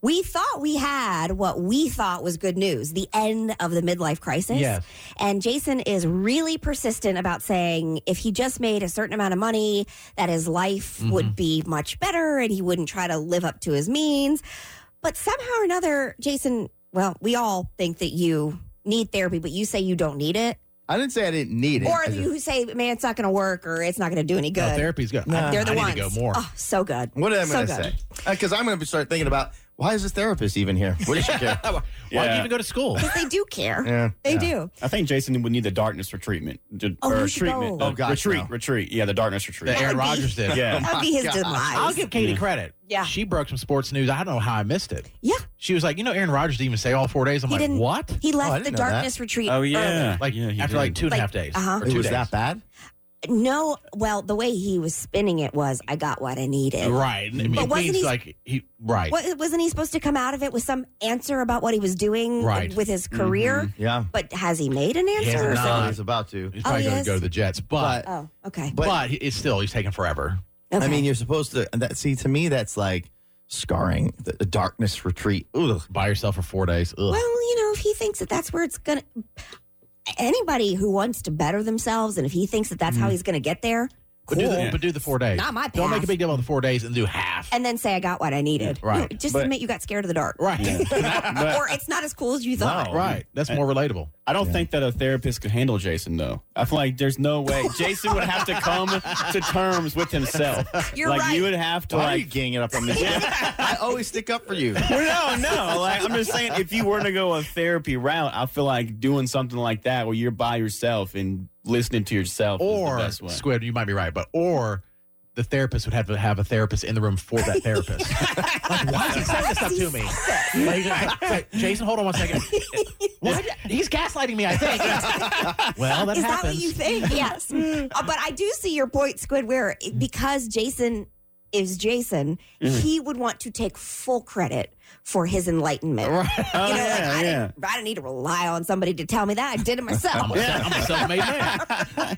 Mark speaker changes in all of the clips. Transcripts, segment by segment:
Speaker 1: we thought we had what we thought was good news the end of the midlife crisis.
Speaker 2: Yes. Oh,
Speaker 1: And Jason is really persistent about saying if he just made a certain amount of money, that his life
Speaker 2: Mm-hmm.
Speaker 1: would be much better and he wouldn't try to live up to his means. But somehow or another, Jason, well, we all think that you need therapy, but you say you don't need it.
Speaker 3: I didn't say I didn't need it.
Speaker 1: Or
Speaker 3: I just-
Speaker 1: you say, man, it's not going to work or it's not going to do any good.
Speaker 2: No, therapy's good. I,
Speaker 1: They're the
Speaker 2: I need
Speaker 1: ones.
Speaker 2: to go more.
Speaker 1: Oh, so good.
Speaker 3: what am I
Speaker 1: so
Speaker 3: going to
Speaker 1: good.
Speaker 3: say? Because I'm going to start thinking about why is this therapist even here? What does she care?
Speaker 2: Why did
Speaker 4: Yeah.
Speaker 2: you even go to school?
Speaker 1: Because they do care.
Speaker 3: yeah.
Speaker 1: They do.
Speaker 4: I think Jason would need the darkness for treatment. D-
Speaker 1: Oh,
Speaker 4: or
Speaker 1: we should
Speaker 4: treatment.
Speaker 1: go.
Speaker 3: Oh, gosh,
Speaker 4: retreat,
Speaker 3: no.
Speaker 4: retreat. Yeah, the darkness retreat.
Speaker 2: That Aaron
Speaker 1: would be-
Speaker 2: Rodgers did.
Speaker 4: yeah.
Speaker 1: That'd be his
Speaker 3: God.
Speaker 1: demise.
Speaker 2: I'll give Katie credit.
Speaker 1: Yeah.
Speaker 2: She broke some sports news. I don't know how I missed it.
Speaker 1: yeah.
Speaker 2: She was like, you know, Aaron Rodgers didn't even say all four days. I'm
Speaker 1: He
Speaker 2: like,
Speaker 1: didn't-
Speaker 2: what?
Speaker 1: He
Speaker 3: I
Speaker 1: left the
Speaker 3: didn't know that.
Speaker 1: darkness retreat.
Speaker 4: Oh,
Speaker 1: early.
Speaker 4: yeah.
Speaker 2: Like
Speaker 4: yeah, he
Speaker 2: after
Speaker 4: did.
Speaker 2: like two and a
Speaker 1: Like,
Speaker 2: half days.
Speaker 1: uh-huh.
Speaker 2: or
Speaker 3: It
Speaker 2: two
Speaker 3: was
Speaker 2: days.
Speaker 3: that bad?
Speaker 1: No, well, the way he was spinning it was, I got what I needed.
Speaker 2: Right. I mean,
Speaker 1: But
Speaker 2: it
Speaker 1: wasn't
Speaker 2: means
Speaker 1: he-
Speaker 2: like he right.
Speaker 1: What, wasn't he supposed to come out of it with some answer about what he was doing
Speaker 2: Right.
Speaker 1: with his career?
Speaker 3: Yeah.
Speaker 1: But has he made an
Speaker 2: Mm-hmm. He has
Speaker 1: answer? or
Speaker 2: not.
Speaker 1: something?
Speaker 3: He's about to.
Speaker 2: He's probably
Speaker 1: he
Speaker 2: going
Speaker 1: is?
Speaker 2: to go to the Jets, but
Speaker 3: But,
Speaker 1: Oh, okay.
Speaker 2: but,
Speaker 3: but
Speaker 2: he- it's still he's taking forever.
Speaker 1: okay.
Speaker 3: I mean, you're supposed to. That, see, to me, that's like scarring. The, the darkness retreat. Ugh.
Speaker 2: By yourself for four days. Ugh.
Speaker 1: well, you know, if he thinks that that's where it's going to. Anybody who wants to better themselves, and if he thinks that that's
Speaker 3: Mm-hmm.
Speaker 1: how he's going to get there,
Speaker 2: but, do the, but do the four days.
Speaker 1: Not my
Speaker 2: Don't make
Speaker 1: path.
Speaker 2: a big deal about the four days and do half.
Speaker 1: and then say, I got what I needed.
Speaker 2: Right.
Speaker 1: No, just
Speaker 4: But-
Speaker 1: admit you got scared of the dark.
Speaker 2: right.
Speaker 4: But
Speaker 1: or it's not as cool as you thought.
Speaker 3: No.
Speaker 2: right. That's more relatable.
Speaker 4: I don't think that a therapist could handle Jason, though. I feel like there's no way. Jason would have to come to terms with himself.
Speaker 1: You're
Speaker 4: like,
Speaker 1: right.
Speaker 4: you would have to,
Speaker 3: Why are you
Speaker 4: like,
Speaker 3: ganging up on me? I always stick up for you.
Speaker 4: no, no. Like I'm just saying, if you were to go a therapy route, I feel like doing something like that where you're by yourself and listening to yourself
Speaker 2: Or
Speaker 4: is the best way.
Speaker 2: Squid, you might be right, but or the therapist would have to have a therapist in the room for that therapist. like, why is he saying this stuff to me? Like, like, like, Jason, hold on one second. Why- He's gaslighting me, I think. well, that
Speaker 1: Is that
Speaker 2: happens.
Speaker 1: what you think? yes. Uh, but I do see your point, Squid, where
Speaker 2: Mm-hmm.
Speaker 1: it- because Jason is Jason, he would want to take full credit for his enlightenment.
Speaker 4: Oh,
Speaker 1: You know,
Speaker 4: yeah,
Speaker 1: like, I,
Speaker 4: yeah.
Speaker 1: didn't, I didn't need to rely on somebody to tell me that. I did it myself.
Speaker 2: I'm a, I'm a self-made man.
Speaker 1: I, I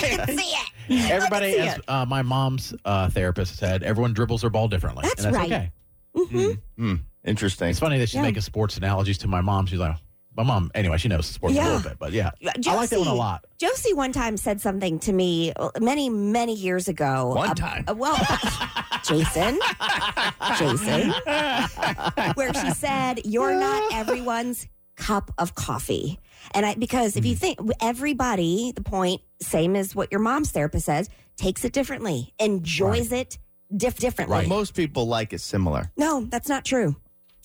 Speaker 1: can see it. I
Speaker 2: Mm-hmm. Everybody,
Speaker 1: can see
Speaker 2: as
Speaker 1: it.
Speaker 2: uh, my mom's uh, therapist said, everyone dribbles their ball differently.
Speaker 1: That's
Speaker 2: and that's
Speaker 1: right. Mm-hmm.
Speaker 2: okay. Mm.
Speaker 3: Interesting.
Speaker 2: It's funny that she's
Speaker 1: Yeah.
Speaker 2: making sports analogies to my mom. She's like, my mom, anyway, she knows sports a
Speaker 1: Yeah.
Speaker 2: little bit, but yeah.
Speaker 1: Josie,
Speaker 2: I like that one a lot.
Speaker 1: Josie one time said something to me uh, many, many years ago.
Speaker 3: One
Speaker 1: ab-
Speaker 3: time?
Speaker 1: uh, well, Jason. Jason. where she said, You're not everyone's cup of coffee. And I, because if you
Speaker 2: Mm.
Speaker 1: think everybody, the point, same as what your mom's therapist says, takes it differently, enjoys it diff- differently.
Speaker 3: Well, most people like it similar.
Speaker 1: No, that's not true.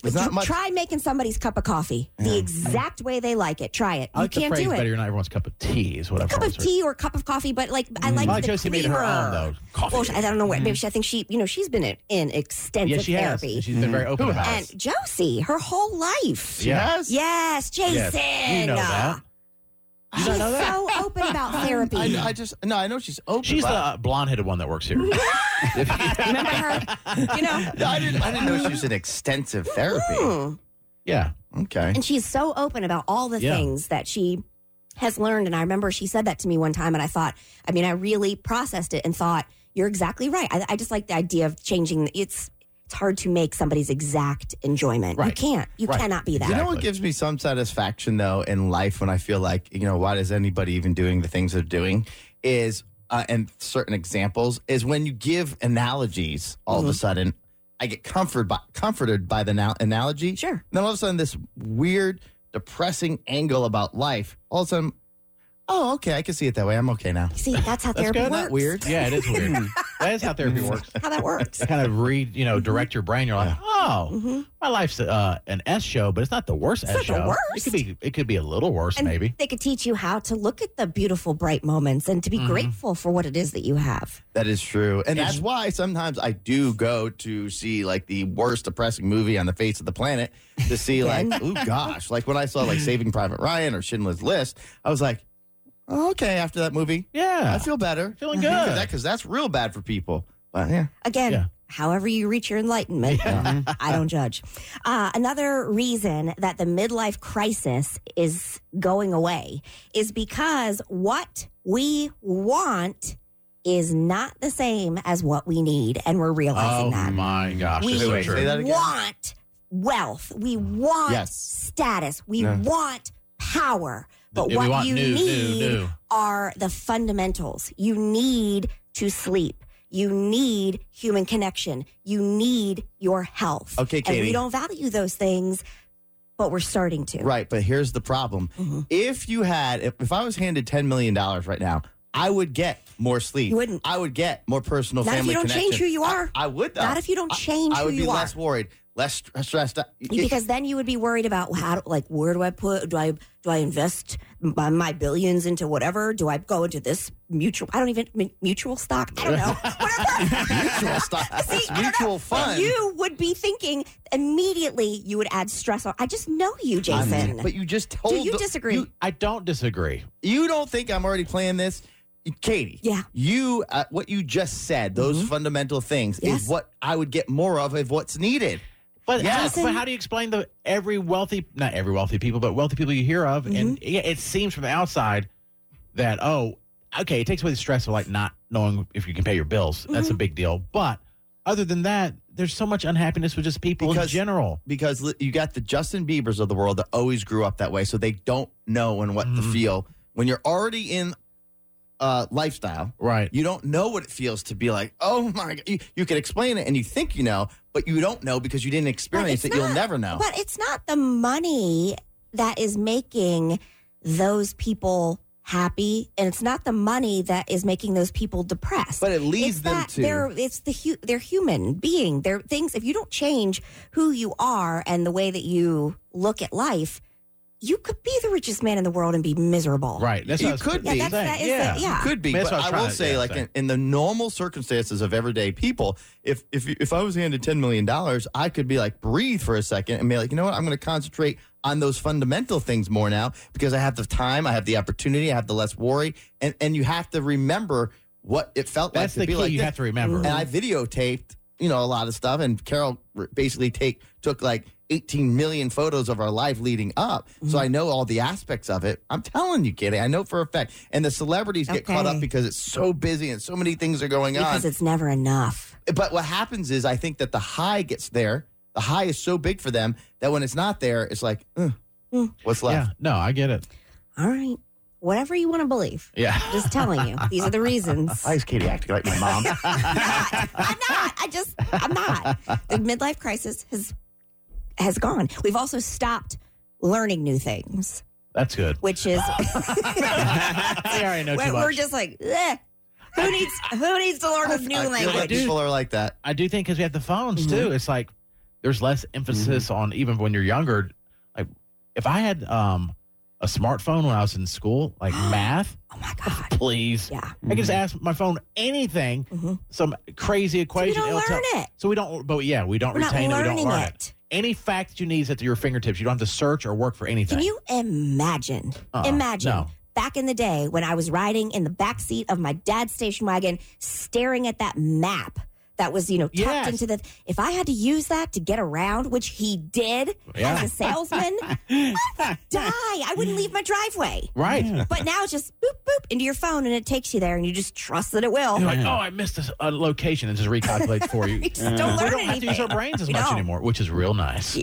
Speaker 3: It's not
Speaker 1: Tr-
Speaker 3: much.
Speaker 1: Try making somebody's cup of coffee the exact way they like it. Try it.
Speaker 2: I like
Speaker 1: you can't
Speaker 2: the phrase
Speaker 1: do it.
Speaker 2: better, you're not everyone's cup of tea, is what I've
Speaker 1: cup
Speaker 2: always
Speaker 1: of
Speaker 2: heard.
Speaker 1: tea or cup of coffee, but like I like
Speaker 2: I like
Speaker 1: the
Speaker 2: Mm. Josie made it her
Speaker 1: creamer.
Speaker 2: own, though. Coffee.
Speaker 1: Well, she- I don't know where. Maybe she, I think she, you know, she's been in, in extensive
Speaker 2: Mm-hmm. Yeah, she has.
Speaker 1: therapy. Mm.
Speaker 2: She's been very open about it.
Speaker 1: and Josie, her whole life.
Speaker 2: Yes.
Speaker 1: Yes, Jason.
Speaker 2: You
Speaker 1: uh,
Speaker 2: know that.
Speaker 1: She's so open about therapy.
Speaker 3: I, I just no. I know she's open.
Speaker 2: She's the
Speaker 3: but
Speaker 2: uh, blonde-headed one that works here.
Speaker 1: Remember her? You know?
Speaker 3: I didn't. I didn't know she was in extensive therapy.
Speaker 1: Hmm.
Speaker 2: yeah.
Speaker 3: Okay.
Speaker 1: And she's so open about all the
Speaker 2: Yeah.
Speaker 1: things that she has learned. And I remember she said that to me one time, and I thought, I mean, I really processed it and thought, you're exactly right. I, I just like the idea of changing. It's it's hard to make somebody's exact enjoyment. You
Speaker 2: Right.
Speaker 1: can't. You
Speaker 2: Right.
Speaker 1: cannot be that.
Speaker 3: You know what
Speaker 2: Exactly.
Speaker 3: gives me some satisfaction though in life when I feel like you know why is anybody even doing the things they're doing is uh, and certain examples is when you give analogies all of a sudden I get comfort by, comforted by the now, analogy
Speaker 1: Sure.
Speaker 3: then all of a sudden this weird depressing angle about life all of a sudden oh okay I can see it that way I'm okay now
Speaker 1: See, that's how therapy
Speaker 3: Isn't
Speaker 1: works.
Speaker 3: that weird
Speaker 2: Yeah, it is weird. that is how therapy works.
Speaker 1: How that works.
Speaker 2: It kind of read, you know,
Speaker 1: Mm-hmm.
Speaker 2: direct your brain. You're like, oh,
Speaker 1: Mhm.
Speaker 2: my life's uh, an S show, but it's not the worst
Speaker 1: It's
Speaker 2: S show.
Speaker 1: not the
Speaker 2: It could be, it could be a little worse,
Speaker 1: And
Speaker 2: maybe.
Speaker 1: they could teach you how to look at the beautiful, bright moments and to
Speaker 2: Mm-hmm.
Speaker 1: be grateful for what it is that you have.
Speaker 3: that is true and that's why sometimes I do go to see like the worst depressing movie on the face of the planet to see like oh gosh like when i saw like saving private ryan or schindler's list i was like oh, okay after that movie i
Speaker 2: Yeah,
Speaker 3: feel better
Speaker 2: feeling good.
Speaker 3: because that's real bad for people but yeah
Speaker 1: Again,
Speaker 2: Yeah.
Speaker 1: however you reach your enlightenment, I don't judge. Uh, another reason that the midlife crisis is going away is because what we want is not the same as what we need, and we're realizing
Speaker 2: Oh
Speaker 1: that.
Speaker 2: my gosh,
Speaker 1: We-
Speaker 2: it's
Speaker 3: Wait,
Speaker 2: so
Speaker 3: wait, say
Speaker 2: true.
Speaker 3: that again.
Speaker 1: want wealth. We want
Speaker 3: Yes.
Speaker 1: status. We
Speaker 3: No.
Speaker 1: want power. But
Speaker 2: Yeah, we
Speaker 1: what
Speaker 2: want
Speaker 1: you
Speaker 2: new, new,
Speaker 1: need
Speaker 2: new.
Speaker 1: are the fundamentals. You need to sleep. You need human connection. You need your health.
Speaker 3: Okay,
Speaker 1: And
Speaker 3: Katie.
Speaker 1: we don't value those things, but we're starting to.
Speaker 3: Right, but here's the problem.
Speaker 1: Mhm.
Speaker 3: If you had, if, if I was handed $10 million right now, I would get more sleep.
Speaker 1: You wouldn't.
Speaker 3: I would get more personal
Speaker 1: Not if
Speaker 3: family
Speaker 1: you don't change
Speaker 3: connection.
Speaker 1: who you are.
Speaker 3: I, I would, though.
Speaker 1: Not if you don't change
Speaker 3: Uh, I
Speaker 1: who
Speaker 3: would be
Speaker 1: you are.
Speaker 3: less worried, less stre- stressed out.
Speaker 1: because then you would be worried about how do- like where do i put do i do i invest my, my billions into whatever do i go into this mutual i don't even mu- mutual stock i don't know whatever
Speaker 3: mutual stock,
Speaker 1: See, I don't
Speaker 3: mutual
Speaker 1: But
Speaker 3: fund.
Speaker 1: you would be thinking immediately you would add stress on i just know you
Speaker 3: I mean,
Speaker 1: jason
Speaker 3: but you just told
Speaker 1: do you
Speaker 3: the-
Speaker 1: disagree
Speaker 2: You, I don't disagree.
Speaker 3: you don't think I'm already playing this, Katie?
Speaker 1: Yeah. Mm-hmm.
Speaker 3: You, uh, what you just said, those fundamental things
Speaker 1: Yes.
Speaker 3: is what I would get more of if what's needed.
Speaker 2: But,
Speaker 3: Yes.
Speaker 2: but how do you explain the every wealthy, not every wealthy people, but wealthy people you hear of?
Speaker 3: Mm-hmm.
Speaker 2: And yeah, it seems from the outside that, oh, okay, it takes away the stress of like not knowing if you can pay your bills. That's
Speaker 3: Mm-hmm.
Speaker 2: a big deal. But other than that, there's so much unhappiness with just people in
Speaker 3: Because-
Speaker 2: general.
Speaker 3: Because li- you got the Justin Biebers of the world that always grew up that way, so they don't know and what to
Speaker 2: Mm.
Speaker 3: feel when you're already in uh, lifestyle.
Speaker 2: Right.
Speaker 3: You don't know what it feels to be like. Oh my! God. You, you can explain it and you think you know, but you don't know because you didn't experience it.
Speaker 1: it's
Speaker 3: You'll
Speaker 1: not-
Speaker 3: never know.
Speaker 1: But it's not the money that is making those people happy, and it's not the money that is making those people depressed.
Speaker 3: But it leads
Speaker 1: it's
Speaker 3: them
Speaker 1: that
Speaker 3: to-
Speaker 1: They're, it's the hu- they're human being. They're things. If you don't change who you are and the way that you look at life, you could be the richest man in the world and be miserable.
Speaker 2: Right. That's
Speaker 3: You
Speaker 2: what I was-
Speaker 3: could
Speaker 1: Yeah,
Speaker 3: be.
Speaker 1: that's, that is
Speaker 2: Yeah.
Speaker 1: The, yeah.
Speaker 3: could be.
Speaker 2: I mean, that's
Speaker 3: but
Speaker 2: what I
Speaker 3: I,
Speaker 2: was trying
Speaker 3: will
Speaker 2: to-
Speaker 3: say,
Speaker 2: yeah,
Speaker 3: like
Speaker 2: sorry.
Speaker 3: in, in the normal circumstances of everyday people, if if you- if I was handed ten million dollars, I could be like breathe for a second and be like, you know what, I'm going to concentrate on those fundamental things more now because I have the time, I have the opportunity, I have the less worry, and and you have to remember what it felt
Speaker 2: That's the
Speaker 3: like to be
Speaker 2: key
Speaker 3: like
Speaker 2: you
Speaker 3: this.
Speaker 2: have to remember.
Speaker 3: And
Speaker 1: Mm.
Speaker 3: I videotaped, you know, a lot of stuff. And Carol r- basically take took like 18 million photos of our life leading up. So
Speaker 1: Mm.
Speaker 3: I know all the aspects of it. I'm telling you, Kitty, I know for a fact. And the celebrities get caught
Speaker 1: Okay.
Speaker 3: up because it's so busy and so many things are going on.
Speaker 1: Because it's never enough.
Speaker 3: But what happens is I think that the high gets there. The high is so big for them that when it's not there, it's like, "Ugh,
Speaker 1: Mm.
Speaker 3: what's
Speaker 2: yeah.
Speaker 3: left?
Speaker 2: No, I get it.
Speaker 1: All right. Whatever you want to believe.
Speaker 2: Yeah.
Speaker 1: Just telling you. These are the reasons.
Speaker 3: Why is Katie acting like my mom?
Speaker 1: not. I'm not. I just I'm not. The midlife crisis has has gone. We've also stopped learning new things,
Speaker 2: That's good.
Speaker 1: which is
Speaker 2: I already know
Speaker 1: we're,
Speaker 2: too
Speaker 1: we're
Speaker 2: much.
Speaker 1: just like eh, who needs who needs to learn a new
Speaker 3: I feel like
Speaker 1: language?
Speaker 3: people are like that.
Speaker 2: I do think because we have the phones
Speaker 1: Mm-hmm.
Speaker 2: too, it's like there's less emphasis on even when you're younger. Like if I had um a smartphone when I was in school, like math,
Speaker 1: oh my god!
Speaker 2: please,
Speaker 1: Yeah,
Speaker 2: I can just ask my phone anything,
Speaker 1: Mhm.
Speaker 2: some crazy
Speaker 1: so we
Speaker 2: equation.
Speaker 1: don't
Speaker 2: it'll tell-
Speaker 1: learn it.
Speaker 2: So we don't, but yeah, we don't
Speaker 1: We're not
Speaker 2: retain it. We don't
Speaker 1: learning
Speaker 2: learn it.
Speaker 1: it.
Speaker 2: Any fact you need is at your fingertips. You don't have to search or work for anything.
Speaker 1: Can you imagine?
Speaker 2: Uh-uh.
Speaker 1: imagine.
Speaker 2: No.
Speaker 1: Back in the day when I was riding in the back seat of my dad's station wagon, staring at that map that was, you know, tucked
Speaker 2: Yes.
Speaker 1: into the. If I had to use that to get around, which he did
Speaker 2: Yeah.
Speaker 1: as a salesman, I would die. I wouldn't leave my driveway.
Speaker 2: Right.
Speaker 1: But now it's just boop, boop into your phone and it takes you there and you just trust that it will.
Speaker 2: You're like, oh, I missed this uh, location and just recalculates for you.
Speaker 1: You just don't
Speaker 2: we
Speaker 1: learn
Speaker 2: don't have to use
Speaker 1: anything.
Speaker 2: our brains as
Speaker 1: We
Speaker 2: much
Speaker 1: don't.
Speaker 2: anymore, which is real nice.